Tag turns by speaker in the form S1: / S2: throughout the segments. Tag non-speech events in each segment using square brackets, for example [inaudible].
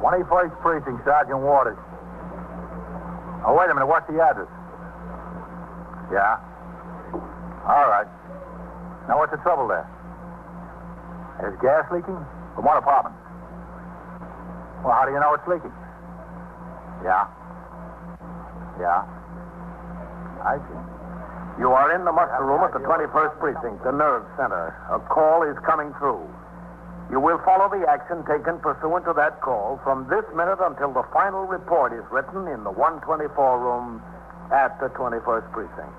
S1: 21st Precinct, Sergeant Waters. Oh, wait a minute. What's the address? Yeah. All right. Now, what's the trouble there? There's gas leaking from one apartment. Well, how do you know it's leaking? Yeah. Yeah. I see.
S2: You are in the muster room at the 21st Precinct, the nerve center. A call is coming through. You will follow the action taken pursuant to that call from this minute until the final report is written in the 124 room at the 21st Precinct.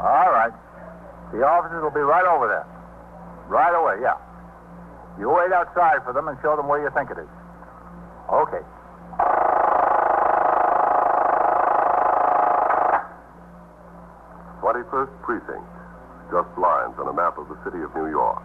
S1: All right. The officers will be right over there. Right away, yeah. You wait outside for them and show them where you think it is. Okay.
S3: Twenty-first Precinct, just lines on a map of the city of New York.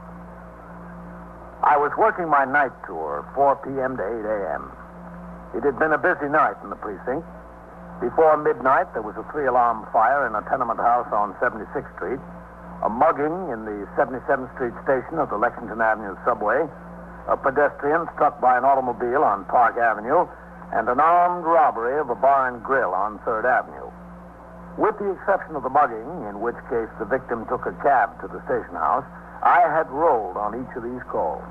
S2: I was working my night tour, 4 p.m. to 8 a.m. It had been a busy night in the precinct. Before midnight, there was a three alarm fire in a tenement house on 76th Street, a mugging in the 77th Street station of the Lexington Avenue subway, a pedestrian struck by an automobile on Park Avenue, and an armed robbery of a bar and grill on 3rd Avenue. With the exception of the mugging, in which case the victim took a cab to the station house, I had rolled on each of these calls.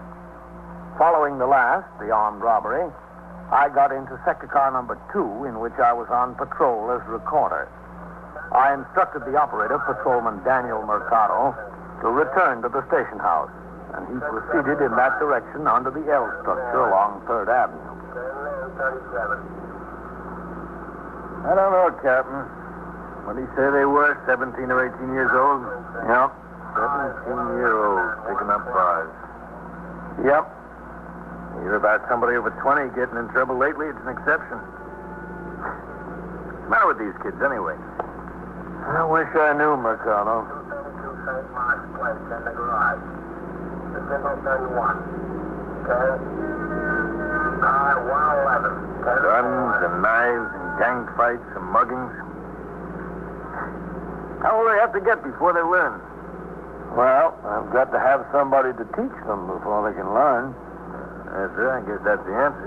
S2: Following the last, the armed robbery, I got into sector car number two, in which I was on patrol as recorder. I instructed the operator, patrolman Daniel Mercado, to return to the station house, and he proceeded in that direction under the L structure along Third Avenue.
S4: I don't know, Captain. What did he say they were? 17 or 18 years old?
S2: Yep,
S4: 17 year olds picking up bars.
S2: yep.
S4: You hear about somebody over 20 getting in trouble lately? It's an exception. What's the matter with these kids, anyway?
S2: I wish I knew Mercado.
S5: St. Mark's Place in the garage. The signal 31. Okay? Car 111. Take
S4: Guns and knives and gang fights and muggings. How will they have to get before they learn?
S2: Well, I've got to have somebody to teach them before they can learn.
S4: That's it. I guess that's the answer.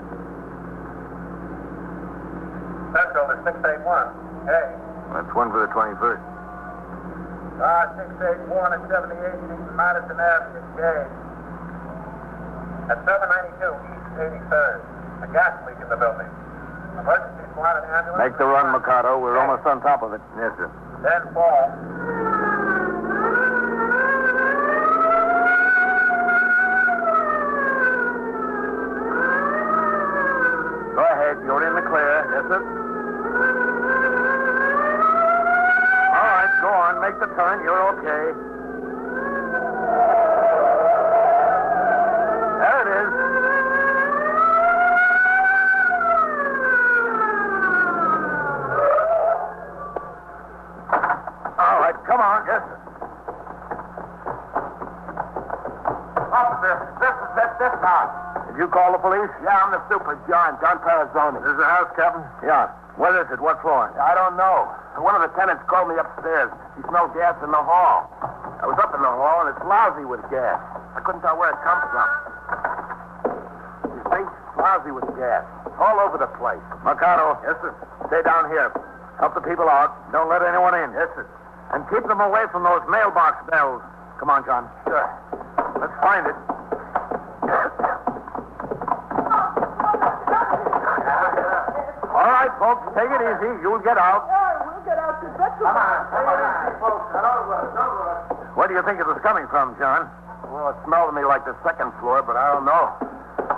S5: Central to 681. Hey.
S4: That's one for the 21st.
S5: Car 681 at 78th East Madison Avenue. Engaged. At 792 East 83rd. A gas leak in the building. Emergency squad and ambulance.
S2: Make the run, Mercado. We're almost on top of it.
S4: Yes, sir.
S5: Then fall.
S4: Go ahead. You're in the clear. Yes, sir. All right, go on. Make the turn. You're okay. There it is. All right, come on. Yes, sir.
S5: Officer, this is this, this house.
S2: Did you call the police?
S5: Yeah, I'm the super, John, John Palazzoni.
S4: This is the house, Captain.
S2: Yeah. What is it? What floor?
S5: I don't know. One of the tenants called me upstairs. He smelled gas in the hall. I was up in the hall, and it's lousy with gas. I couldn't tell where it comes from. You see? Lousy with gas. All over the place.
S2: Mercado,
S4: Yes, sir.
S2: stay down here. Help the people out. Don't let anyone in.
S4: Yes, sir.
S2: And keep them away from those mailbox bells. Come on, John.
S4: Sure.
S2: Let's find it. All right, folks, take it easy. You'll get out.
S5: Come on, come on, folks.
S2: Where do you think it was coming from, John?
S4: Well, it smelled to me like the second floor, but I don't know.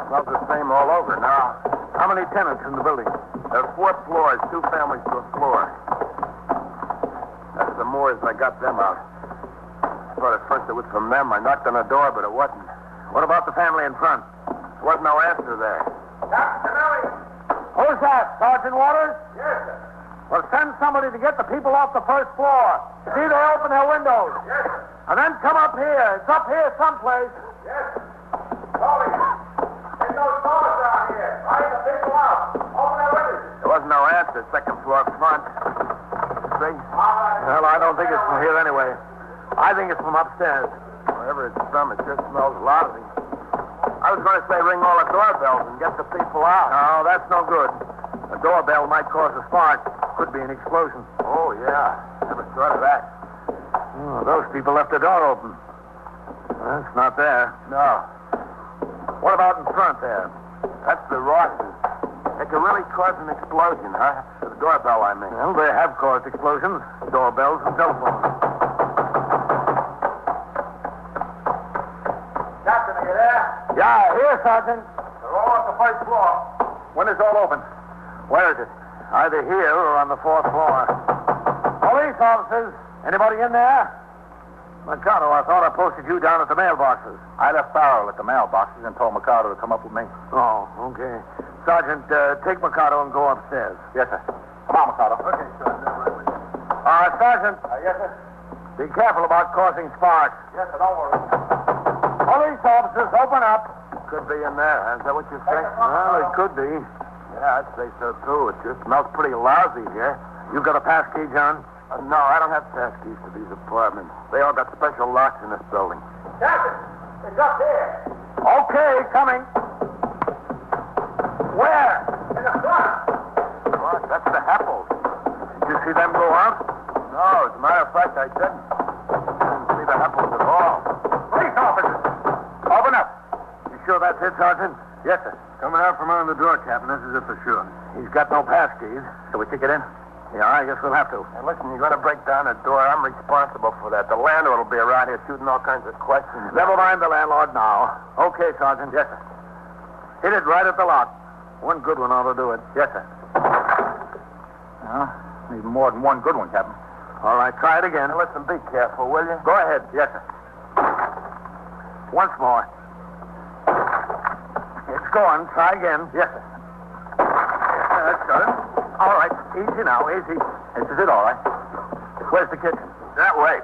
S4: smells the same all over. Now,
S2: How many tenants in the building?
S4: there are four floors, two families to a floor. That's the Moors. I got them out. I thought at first it was from them. I knocked on the door, but it wasn't.
S2: What about the family in front?
S4: There wasn't no answer there.
S5: Captain Canelli,
S2: Who's is that, Sergeant Waters?
S5: Yes, sir.
S2: Well, send somebody to get the people off the first floor. See they open their windows.
S5: Yes, sir.
S2: And then come up here. It's up here someplace.
S5: Yes, sir. Tony, there's no doors down here. Light the people out. Open their windows.
S4: There wasn't no answer. Second floor front. See?
S5: All right.
S4: Well, I don't think it's from here anyway. I think it's from upstairs. Wherever it's from, it just smells lousy. I was going to say ring all the doorbells and get the people out. No, that's no good. A doorbell might cause a spark. Could be an explosion. Oh, yeah. Never thought of that.
S2: Oh, those people left the door open. Well, it's not there.
S4: No. What about in front there? That's the Rosses. It could really cause an explosion, huh? The doorbell, I mean.
S2: Well, they have caused explosions. Doorbells and telephones.
S5: Captain, are you there?
S2: Yeah, here, Sergeant.
S5: They're all on the first floor.
S2: When is all open? Where is it? Either here or on the fourth floor. Police officers, anybody in there? Mercado, I thought I posted you down at the mailboxes.
S1: I left Farrell at the mailboxes and told Mercado to come up with me.
S2: Oh, okay. Sergeant, uh, take Mercado and go upstairs.
S1: Yes, sir. Come on, Mercado.
S5: Okay, sir. They're right with you.
S2: Uh, Sergeant,
S5: Uh, yes, sir.
S2: be careful about causing sparks.
S5: Yes, sir. Don't worry.
S2: Police officers, open up.
S4: Could be in there. Is that what you think?
S2: Well, it could be.
S4: Yeah, I'd say so, too. It just smells pretty lousy here.
S2: You got a pass key, John?
S4: Uh, no, I don't have pass keys to these apartments. They all got special locks in this building.
S5: Captain, it's up there.
S2: Okay, coming. Where?
S5: In the front.
S4: What? That's the Happles.
S2: Did you see them go out?
S4: No, as a matter of fact, I didn't. Didn't see the Happles at all.
S2: Police officers, open up. You sure that's it, Sergeant?
S1: Yes, sir. Coming out from under the door, Captain. This is it for sure.
S2: He's got no pass keys.
S1: Shall we kick it in?
S2: Yeah, I guess we'll have to.
S4: Hey, listen, you're going to break down the door. I'm responsible for that. The landlord will be around here shooting all kinds of questions.
S2: Never mind the landlord now. Okay, Sergeant. Yes, sir. Hit it right at the lock. One good one ought to do it.
S1: Yes, sir. Well, need more than one good one, Captain.
S2: All right, try it again.
S4: Now, listen, be careful, will you?
S2: Go ahead.
S1: Yes, sir.
S2: Once more. It's going. Try again.
S1: Yes, sir.
S2: Yeah, that's good. Uh, All right. Easy now. Easy.
S1: This is it, all right. Where's the kitchen?
S4: That way.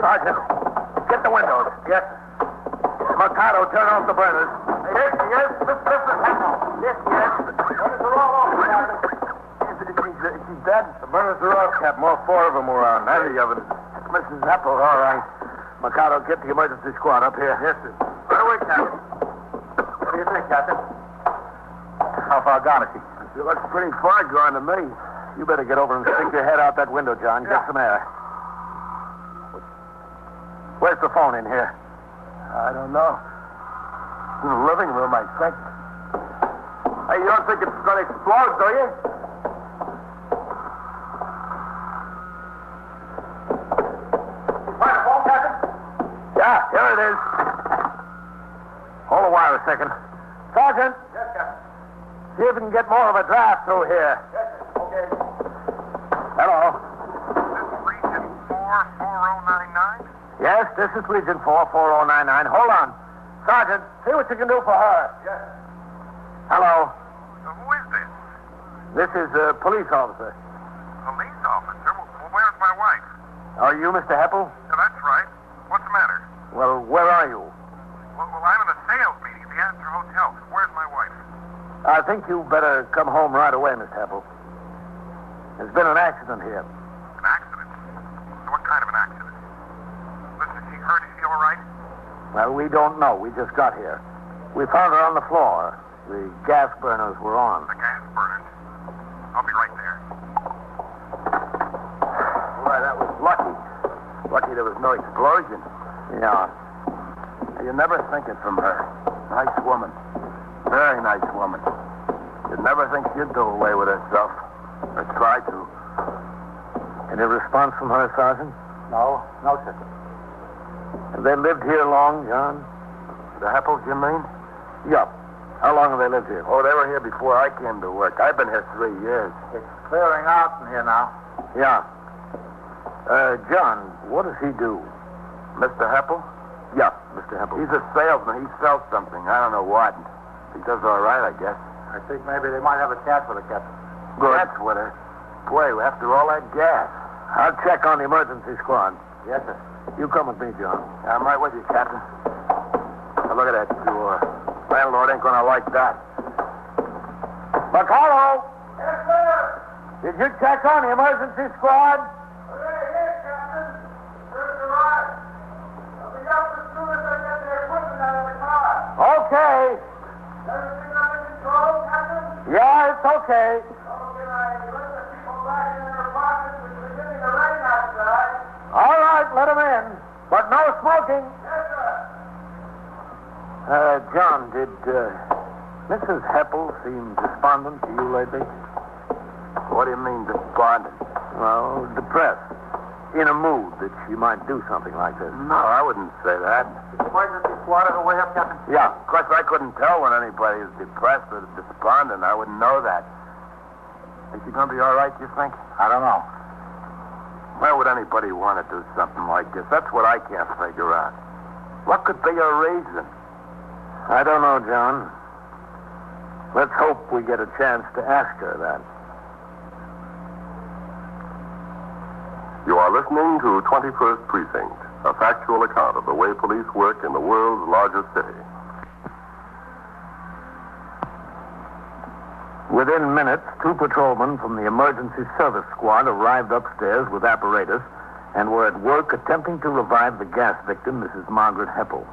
S2: Sergeant, get the windows.
S1: Yes, sir.
S2: Mercado, turn off the burners.
S5: Yes, yes, this, this is Hackle. Yes, yes. When is the roll over, Captain?
S4: She's dead.
S1: The burners are off, Captain. All four of them were on. None of the ovens.
S4: Mrs. Apple, all right.
S2: Mercado, get the emergency squad up here.
S4: Yes, sir. Right away, Captain.
S5: What do you think, Captain?
S1: How far gone is she?
S4: She looks pretty far gone to me.
S2: You better get over and stick your head out that window, John. Get some air. Where's the phone in here?
S4: I don't know. In the living room, I think. Hey, you don't think it's going to explode, do you?
S5: Find a phone, Captain?
S2: Yeah, here it is. Hold the wire a second. Sergeant,
S5: Yes, Captain.
S2: see if we can get more of a draft through here.
S5: Yes, sir. Okay.
S2: Hello.
S6: Region 4, 4099.
S2: Yes, this is Legion 44099. Hold on. Sergeant, see what you can do for her.
S5: Yes.
S2: Hello.
S6: Uh, Who is this?
S2: This is a police officer.
S6: Police officer? Well, where's my wife?
S2: Are you Mr. Heppel?
S6: Yeah, that's right. What's the matter?
S2: Well, where are you?
S6: Well, well, I'm in a sales meeting at the Astor Hotel. Where's my wife?
S2: I think you better come home right away, Mr. Heppel. There's been an accident here.
S6: An accident. What kind of an accident? Listen, is she hurt? Is she all right?
S2: Well, we don't know. We just got here. We found her on the floor. The gas burners were on.
S6: The gas burners. I'll be right there.
S4: Why, that was lucky. Lucky there was no explosion.
S2: Yeah.
S4: You never think it from her. Nice woman. Very nice woman. You'd never think she'd do away with herself. Or try to.
S2: Any response from her, Sergeant?
S1: No, no, sir.
S2: Have they lived here long, John?
S4: The Heppels, you mean?
S2: Yep. How long have they lived here?
S4: Oh, they were here before I came to work. I've been here three years.
S1: It's clearing out in here now.
S2: Yeah. Uh, John, what does he do?
S4: Mr. Heppel?
S2: Yeah, Mr. Heppel.
S4: He's a salesman. He sells something. I don't know what. He does all right, I guess.
S1: I think maybe they might have a chat with the captain.
S2: Good.
S4: That's with her. Boy, after all that gas.
S2: I'll check on the emergency squad.
S4: Yes, sir.
S2: You come with me, John.
S4: I'm right with you, Captain. Now look at that door. Landlord ain't gonna like that.
S2: McCullough! Yes, sir! Did you check on the emergency squad? Okay. Yeah, it's okay. All right, let him in. But no smoking. Uh, John, did uh, Mrs. Heppel seem despondent to you lately?
S4: What do you mean, despondent?
S2: Well, depressed. In a mood that she might do something like this.
S4: No, I wouldn't say that.
S5: Emergency squad on the way up, Captain.
S2: Yeah.
S4: Of course, I couldn't tell when anybody is depressed or despondent. I wouldn't know that. Is she going to be all right, you think?
S1: I don't know.
S4: Why would anybody want to do something like this? That's what I can't figure out. What could be a reason?
S2: I don't know, John. Let's hope we get a chance to ask her that.
S3: You are listening to 21st Precinct, a factual account of the way police work in the world's largest city.
S2: Within minutes, two patrolmen from the emergency service squad arrived upstairs with apparatus and were at work attempting to revive the gas victim, Mrs. Margaret Heppel.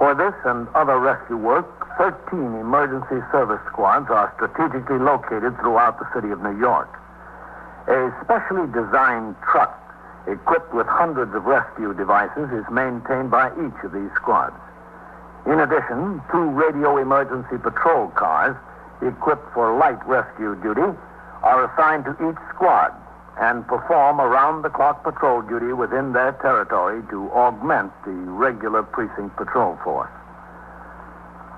S2: For this and other rescue work, 13 emergency service squads are strategically located throughout the city of New York. A specially designed truck equipped with hundreds of rescue devices is maintained by each of these squads. In addition, two radio emergency patrol cars equipped for light rescue duty are assigned to each squad and perform around the clock patrol duty within their territory to augment the regular precinct patrol force.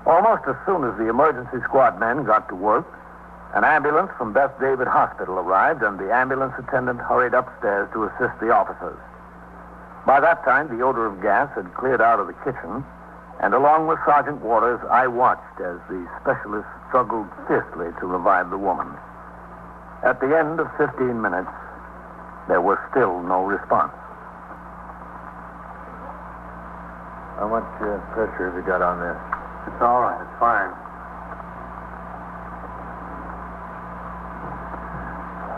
S2: Almost as soon as the emergency squad men got to work, an ambulance from Beth David Hospital arrived, and the ambulance attendant hurried upstairs to assist the officers. By that time, the odor of gas had cleared out of the kitchen, and along with Sergeant Waters, I watched as the specialist struggled fiercely to revive the woman. At the end of 15 minutes, there was still no response.
S1: How much uh, pressure have you got on this?
S5: It's all right. It's fine.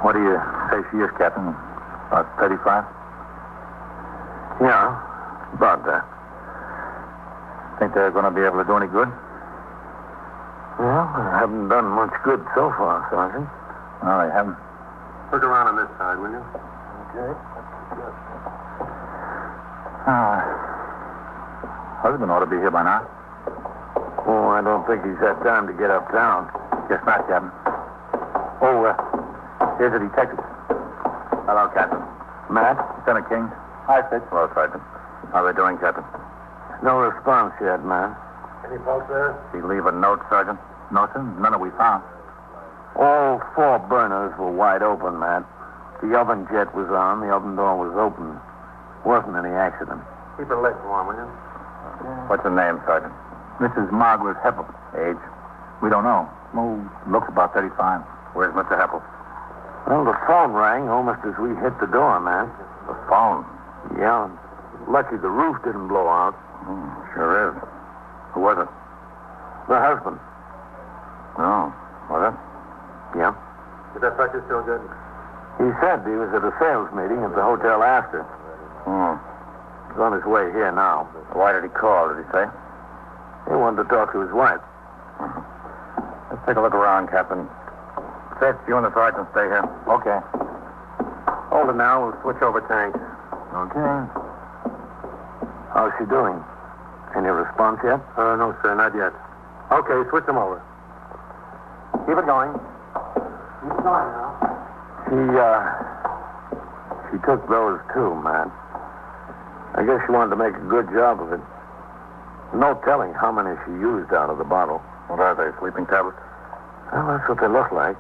S1: What do you say she is, Captain? About 35?
S2: Yeah, about that.
S1: Think they're going to be able to do any good?
S2: Well, I haven't done much good so far, Sergeant.
S1: No, they haven't.
S5: Look around on this side, will you?
S1: Okay. Ah, husband ought to be here by now.
S2: Oh, I don't think he's had time to get uptown.
S1: Guess not, Captain. Oh, uh, here's a detective. Hello, Captain.
S2: Matt?
S1: Lieutenant King. Hi, Fitz. Hello, Sergeant. How are they doing, Captain?
S2: No response yet, Matt.
S5: Any folks there?
S1: Did he leave a note, Sergeant? No, sir. None that we found.
S2: All four burners were wide open, Matt. The oven jet was on, the oven door was open. Wasn't any accident.
S5: Keep her legs warm, will you?
S1: What's her name, Sergeant? Mrs. Margaret Heppel. Age? We don't know. Oh, looks about 35. Where's Mr. Heppel?
S2: Well, the phone rang almost as we hit the door, Matt.
S1: The phone.
S2: Yeah. Lucky the roof didn't blow out.
S1: Sure is. Who was it?
S2: The husband.
S1: No. Was it?
S2: Yeah.
S5: Is that practice still good?
S2: He said he was at a sales meeting at the hotel after.
S1: Hmm.
S2: He's on his way here now.
S1: Why did he call? Did he say? Mm-hmm.
S2: He wanted to talk to his wife.
S1: Let's take a look around, Captain. Fitz, you and the sergeant stay here. Okay.
S5: Hold it now. We'll switch over tanks.
S1: Okay.
S2: How's she doing? Any response yet?
S5: Uh, no, sir, not yet. Okay, switch them over. Keep it going. Keep it going now.
S2: She, uh, she took those too, Matt. I guess she wanted to make a good job of it. No telling how many she used out of the bottle.
S1: What are they, sleeping tablets?
S2: Well, that's what they look like.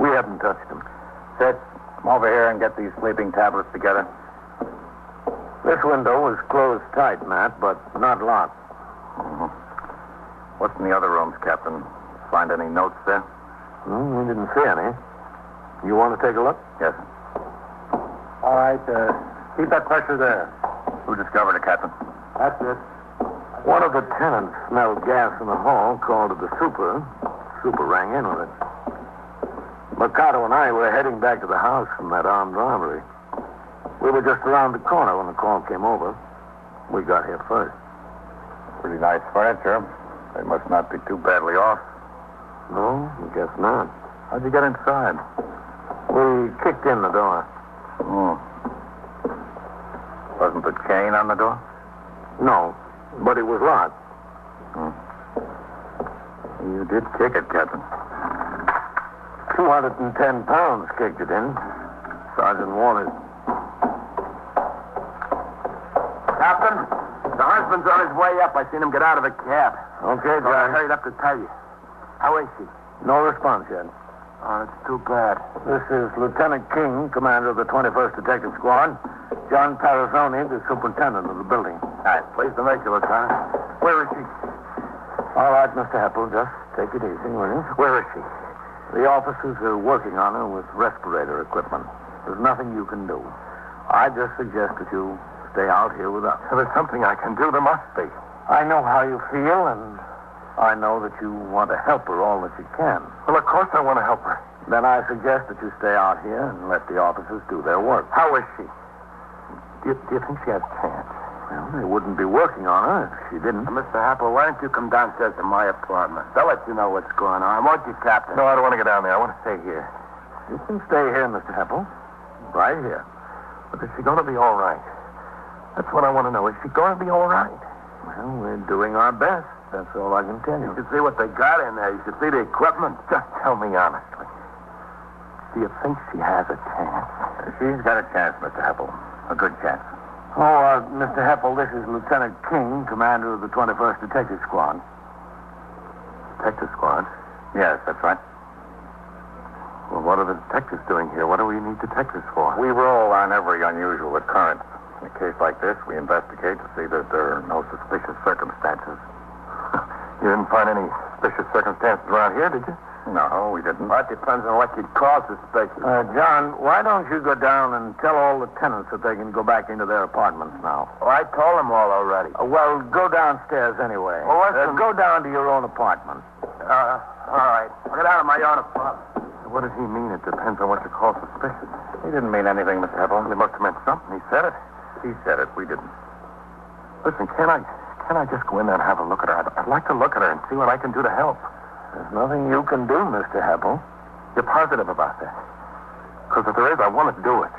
S2: We haven't touched them.
S1: Fitz, come over here and get these sleeping tablets together.
S2: This window was closed tight, Matt, but not locked.
S1: What's in the other rooms, Captain?
S2: Find any notes there?
S7: Hmm, we didn't see any. You want to take a look?
S2: Yes, sir.
S7: All right, uh, keep that pressure there.
S2: Who discovered it, Captain?
S7: That's it. One of the tenants smelled gas in the hall, called to the super. Super rang in with it. Mercado and I were heading back to the house from that armed robbery. We were just around the corner when the call came over. We got here first.
S2: Pretty nice furniture. They must not be too badly off.
S7: No, I guess not.
S2: How'd you get inside?
S7: We kicked in the door.
S2: Oh. Wasn't the chain on the door?
S7: No, but it was locked.
S2: Hmm. You did kick it, Captain.
S7: 210 pounds kicked it in. Sergeant Waters.
S1: Captain, the husband's on his way up. I seen him get out of the cab.
S7: Okay,
S1: So I
S7: John.
S1: hurried up to tell you. How is she?
S7: No response yet.
S1: Oh, it's too bad.
S7: This is Lieutenant King, commander of the 21st Detective Squad. John Parazzoni, the superintendent of the building.
S2: All right, please.
S1: Pleased to make you, Lieutenant. Where is she?
S7: All right, Mr. Heppel, just take it easy, will you?
S1: Where is she?
S7: The officers are working on her with respirator equipment. There's nothing you can do. I just suggest that you stay out here with us.
S1: There's something I can do. There must be.
S7: I know how you feel, and I know that you want to help her all that you can.
S1: Well, of course I want to help her.
S7: Then I suggest that you stay out here and let the officers do their work.
S1: How is she? Do you, do you think she has a chance?
S7: Well, they wouldn't be working on her if she didn't.
S1: Mr. Happel, why don't you come downstairs to my apartment? They'll let you know what's going on, won't you, Captain?
S2: No, I don't want to get down there. I want to stay here.
S7: You can stay here, Mr. Heppel. Right here.
S2: But is she going to be all right? That's what I want to know. Is she going to be all right?
S7: Well, we're doing our best. That's all I can tell
S1: You
S7: you.
S1: should see what they got in there. You should see the equipment.
S2: Just tell me honestly.
S1: Do you think she has a chance?
S2: She's got a chance, Mr. Heppel. A good chance.
S7: Oh, uh, Mr. Heppel, this is Lieutenant King, commander of the 21st Detective Squad.
S2: Detective squad? Yes, that's right. Well, what are the detectives doing here? What do we need detectives for? We roll on every unusual occurrence. In a case like this, we investigate to see that there are no suspicious circumstances. you didn't find any suspicious circumstances around here, did you? No, we didn't.
S1: Well, it depends on what you call suspicious.
S7: Uh, John, why don't you go down and tell all the tenants that they can go back into their apartments now?
S1: Oh, I told them all already.
S7: Uh, well, go downstairs anyway.
S1: Well, listen-
S7: Uh, go down to your own apartment.
S1: Uh, all right. I'll get out of my own apartment.
S2: What does he mean? It depends on what you call suspicious. He didn't mean anything, Mr. Heppel. He must have meant something. He said it. He said it. We didn't. Listen, can I can I just go in there and have a look at her? I'd, I'd like to look at her and see what I can do to help.
S7: There's nothing you can do, Mr. Heppel.
S2: You're positive about that? Because if there is, I want to do it.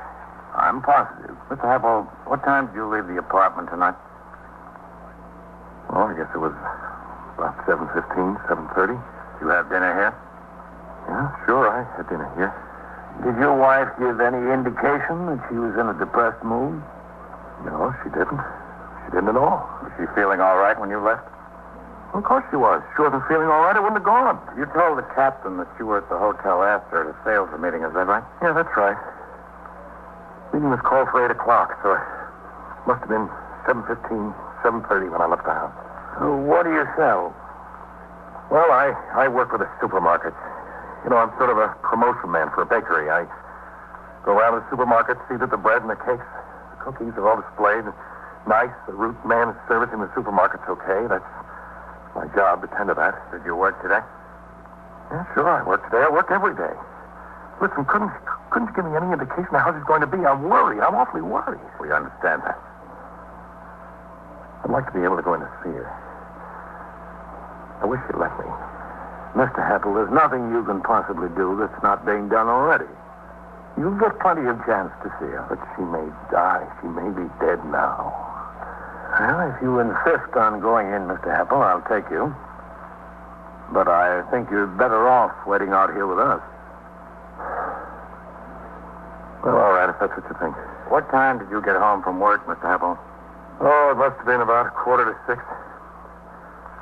S2: I'm positive. Mr. Heppel, what time did you leave the apartment tonight? Well, I guess it was about 7.15, 7.30. You have dinner here? Yeah, sure. I had dinner here.
S7: Did your wife give any indication that she was in a depressed mood?
S2: No, she didn't. She didn't at all. Was she feeling all right when you left? Of course she was. She wasn't feeling all right. I wouldn't have gone. You told the captain that you were at the hotel after the sales meeting. Is that right? Yeah, that's right. Meeting was called for eight o'clock, so it must have been seven fifteen, seven thirty when I left the house.
S7: Uh, what do you sell?
S2: Well, I I work with a supermarket. You know, I'm sort of a promotion man for a bakery. I go around the supermarket, see that the bread and the cakes, the cookies are all displayed. Nice. The root man is servicing the supermarket's okay. That's my job. Attend to that. Did you work today? Yeah, sure. I work today. I work every day. Listen, couldn't couldn't you give me any indication of how this is going to be? I'm worried. I'm awfully worried. We understand that. I'd like to be able to go in and see her. I wish she'd let me.
S7: Mr. Heppel, there's nothing you can possibly do that's not being done already. You'll get plenty of chance to see her.
S2: But she may die. She may be dead now.
S7: Well, if you insist on going in, Mr. Heppel, I'll take you. But I think you're better off waiting out here with us.
S2: Well, all right, if that's what you think.
S7: What time did you get home from work, Mr. Heppel?
S2: Oh, it must have been about a quarter to six.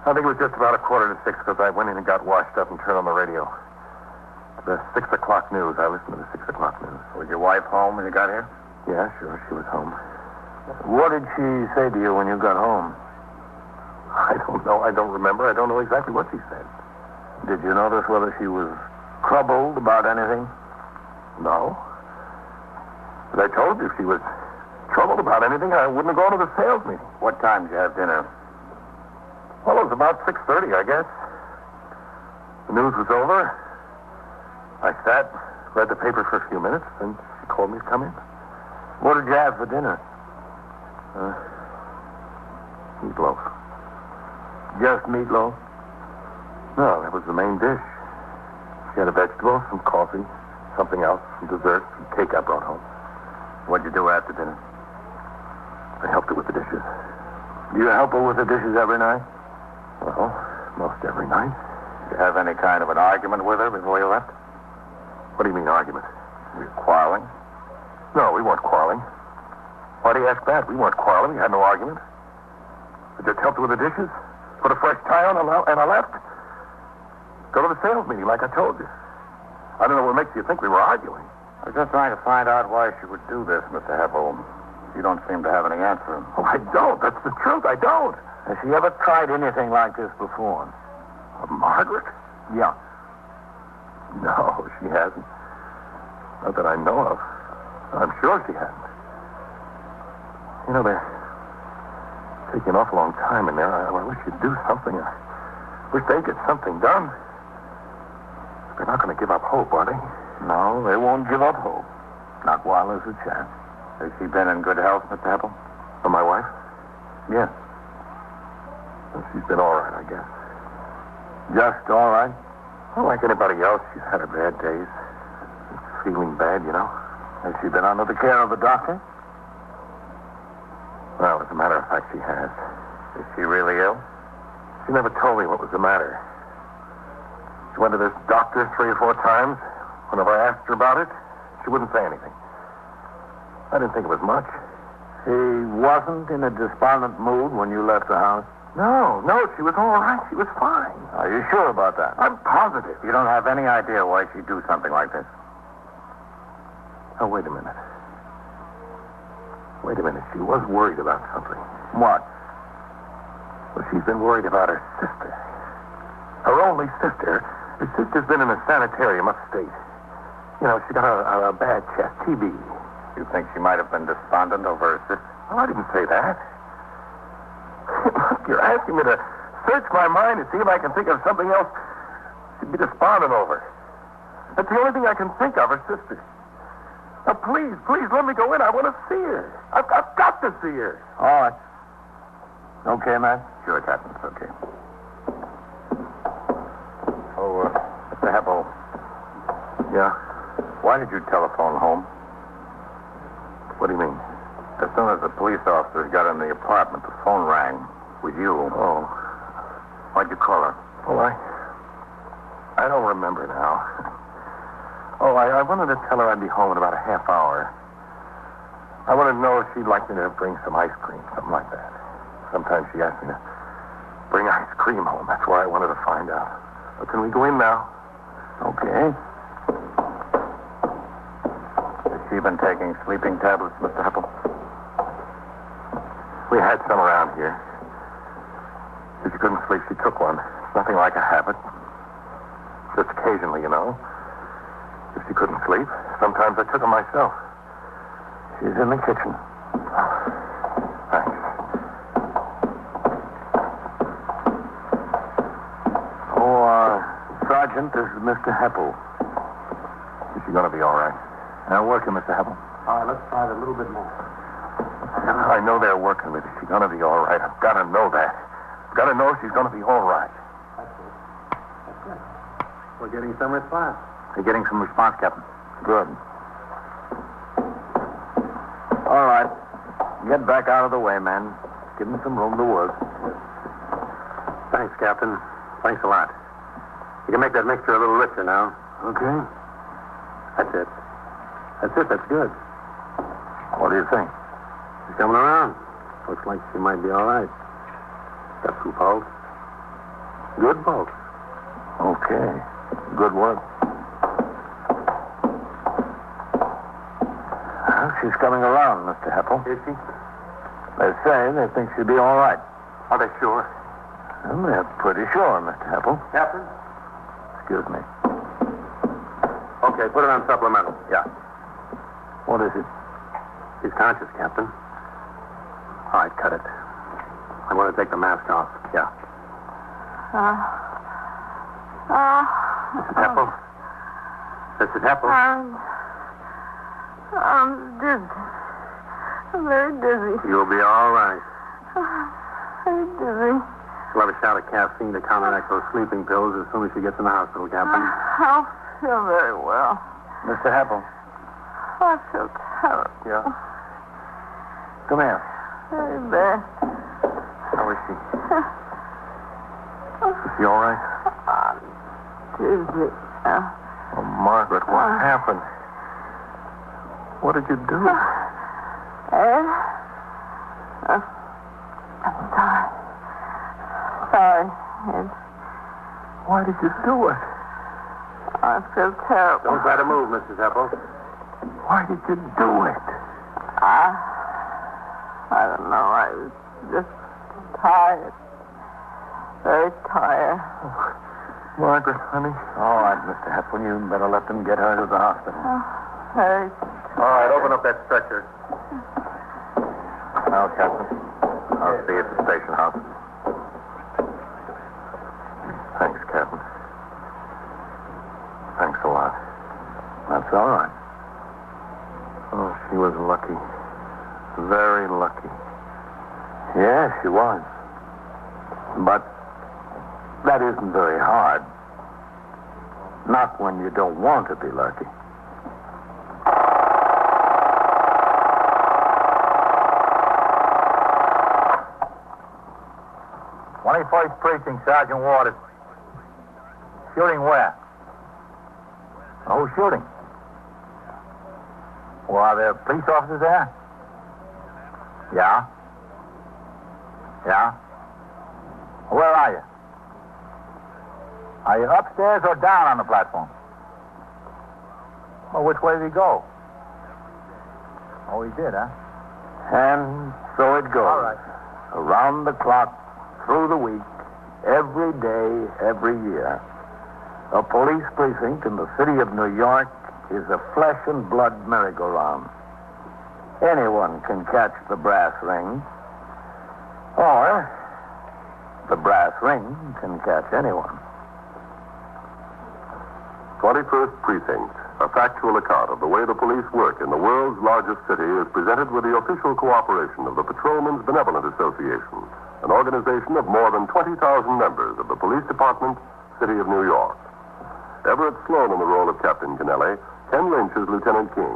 S2: I think it was just about a quarter to six because I went in and got washed up and turned on the radio. The six o'clock news. I listened to the six o'clock news.
S7: Was your wife home when you got here?
S2: Yeah, sure. She was home.
S7: What did she say to you when you got home?
S2: I don't know. I don't remember. I don't know exactly what she said.
S8: Did you notice whether she was troubled about anything?
S2: No. But I told you if she was troubled about anything, I wouldn't have gone to the sales meeting.
S8: What time did you have dinner?
S2: Well, it was about 6.30, I guess. The news was over. I sat, read the paper for a few minutes, and she called me to come in.
S8: What did you have for dinner?
S2: Uh, meatloaf.
S8: Just meatloaf?
S2: No, that was the main dish. She had a vegetable, some coffee, something else, some dessert, some cake I brought home.
S8: What'd you do after dinner?
S2: I helped her with the dishes.
S8: Do you help her with the dishes every night?
S2: Well, most every night.
S8: Did you have any kind of an argument with her before you left?
S2: What do you mean, argument?
S8: Were you quarreling?
S2: No, we weren't quarreling. Why do you ask that? We weren't quarreling. We had no argument. I just helped her with the dishes, put a fresh tie on, and I left. Go to the sales meeting, like I told you. I don't know what makes you think we were arguing.
S8: I was just trying to find out why she would do this, Mr. Hebble. You don't seem to have any answer.
S2: Oh, I don't. That's the truth. I don't.
S8: Has she ever tried anything like this before?
S2: Uh, Margaret?
S8: Yeah.
S2: No, she hasn't. Not that I know of. I'm sure she hasn't. You know, they're taking an awful long time in there. I, I wish you'd do something. I wish they'd get something done. They're not going to give up hope, are they?
S8: No, they won't give up hope. Not while there's a chance. Has she been in good health, Mr. Apple?
S2: Oh, my wife?
S8: Yes.
S2: Well, she's been all right, I guess.
S8: Just all right?
S2: Well, like anybody else, she's had her bad days. Feeling bad, you know.
S8: Has she been under the care of a doctor?
S2: Well, as a matter of fact, she has.
S8: Is she really ill?
S2: She never told me what was the matter. She went to this doctor three or four times. Whenever I asked her about it, she wouldn't say anything. I didn't think it was much.
S8: She wasn't in a despondent mood when you left the house?
S2: No, no, she was all right. She was fine.
S8: Are you sure about that?
S2: I'm positive.
S8: You don't have any idea why she'd do something like this.
S2: Oh, wait a minute. Wait a minute. She was worried about something.
S8: What?
S2: Well, she's been worried about her sister. Her only sister. Her sister's been in a sanitarium upstate. You know, she got a, a, a bad chest, TB.
S8: You think she might have been despondent over her sister?
S2: Well, Oh, I didn't say that. [laughs] Look, you're asking me to search my mind and see if I can think of something else she'd be despondent over. That's the only thing I can think of, her sister. Now, please, please, let me go in. I want to see her. I've, I've got to see her.
S8: All right. Okay, man.
S2: Sure, Captain. It's okay.
S8: Oh, uh, Mr. Heppel.
S2: Yeah?
S8: Why did you telephone home?
S2: What do you mean?
S8: As soon as the police officers got in the apartment, the phone rang with you.
S2: Oh.
S8: Why'd you call her?
S2: Well, I. I don't remember now. Oh, I, I wanted to tell her I'd be home in about a half hour. I wanted to know if she'd like me to bring some ice cream, something like that. Sometimes she asks me to bring ice cream home. That's why I wanted to find out. But can we go in now?
S8: Okay. Has she been taking sleeping tablets, Mr. Heppel?
S2: We had some around here. If she couldn't sleep, she took one. Nothing like a habit. Just occasionally, you know. If she couldn't sleep, sometimes I took them myself. She's in the kitchen. Thanks.
S8: Oh, uh, Sergeant, this is Mr. Heppel.
S2: Is she going to be all right?
S8: Now, working, Mr. Heppel.
S1: All right, let's try it a little bit more.
S2: I know they're working with her. She's going to be all right. I've got to know that. I've got to know she's going to be all right.
S1: That's it. That's it. We're getting some response.
S8: They're getting some response, Captain.
S2: Good.
S8: All right. Get back out of the way, men. Give them some room to work.
S1: Thanks, Captain. Thanks a lot. You can make that mixture a little richer now.
S8: Okay.
S1: That's it. That's it. That's good.
S8: What do you think?
S1: She's coming around. Looks like she might be all right. Got two pulse. Good pulse.
S8: Okay. Good work. Well, she's coming around, Mr. Heppel.
S1: Is she?
S8: They say they think she'll be all right.
S1: Are they sure?
S8: Well, they're pretty sure, Mr. Heppel.
S1: Captain?
S2: Excuse me.
S5: Okay, put it on supplemental.
S2: Yeah. What is it?
S5: He's conscious, Captain.
S2: All right, cut it.
S5: I want to take the mask off.
S2: Yeah.
S9: Oh,
S5: Mrs. Heppel? Mrs. Heppel?
S9: I'm, I'm dizzy. I'm very dizzy.
S5: You'll be all right.
S9: Very dizzy.
S5: She'll have a shot of caffeine to counteract those sleeping pills as soon as she gets in the hospital, Captain.
S9: I don't feel very well.
S2: Mr. Heppel,
S9: I feel terrible.
S5: Yeah.
S2: come here.
S9: Very bad.
S2: How is
S8: [laughs]
S2: she? Is she all right?
S9: Dizzy. Uh,
S2: Oh, Margaret, what happened? What did you do?
S9: Ed? Uh, I'm sorry. Sorry, Ed.
S2: Why did you do it?
S9: I feel terrible.
S5: Don't try to move, Mrs. Heppel.
S2: Why did you do it?
S9: I, I don't know. I was just tired. Very tired.
S2: Margaret, honey. All right, Mr. Hefflin, you better let them get her to the hospital.
S9: Very
S5: All right, open up that stretcher.
S2: Now, Captain, I'll see you at the station house. Thanks, Captain. Thanks a lot. That's all right. Oh, she was lucky. Very lucky. Yeah, she was. But that isn't very hard. Not when you don't want to be lucky.
S1: Twenty-first precinct, Sergeant Waters. Shooting where? Who's shooting? Well, are there police officers there? Yeah. Yeah. Where are you? Are you upstairs or down on the platform? Well, which way did he go? Oh, he did, huh?
S2: And so it goes.
S1: All right.
S2: Around the clock, through the week, every day, every year. A police precinct in the city of New York is a flesh and blood merry-go-round. Anyone can catch the brass ring, or the brass ring can catch anyone.
S3: 21st Precinct, a factual account of the way the police work in the world's largest city, is presented with the official cooperation of the Patrolmen's Benevolent Association, an organization of more than 20,000 members of the Police Department, City of New York. Everett Sloan in the role of Captain Kennelly, Ken Lynch as Lieutenant King.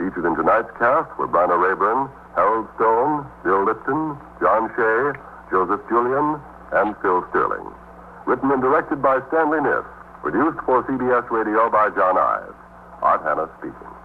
S3: Featured in tonight's cast were Bryna Rayburn, Harold Stone, Bill Lipton, John Shea, Joseph Julian, and Phil Sterling. Written and directed by Stanley Niss. Produced for CBS Radio by John Ives. Art Hannah speaking.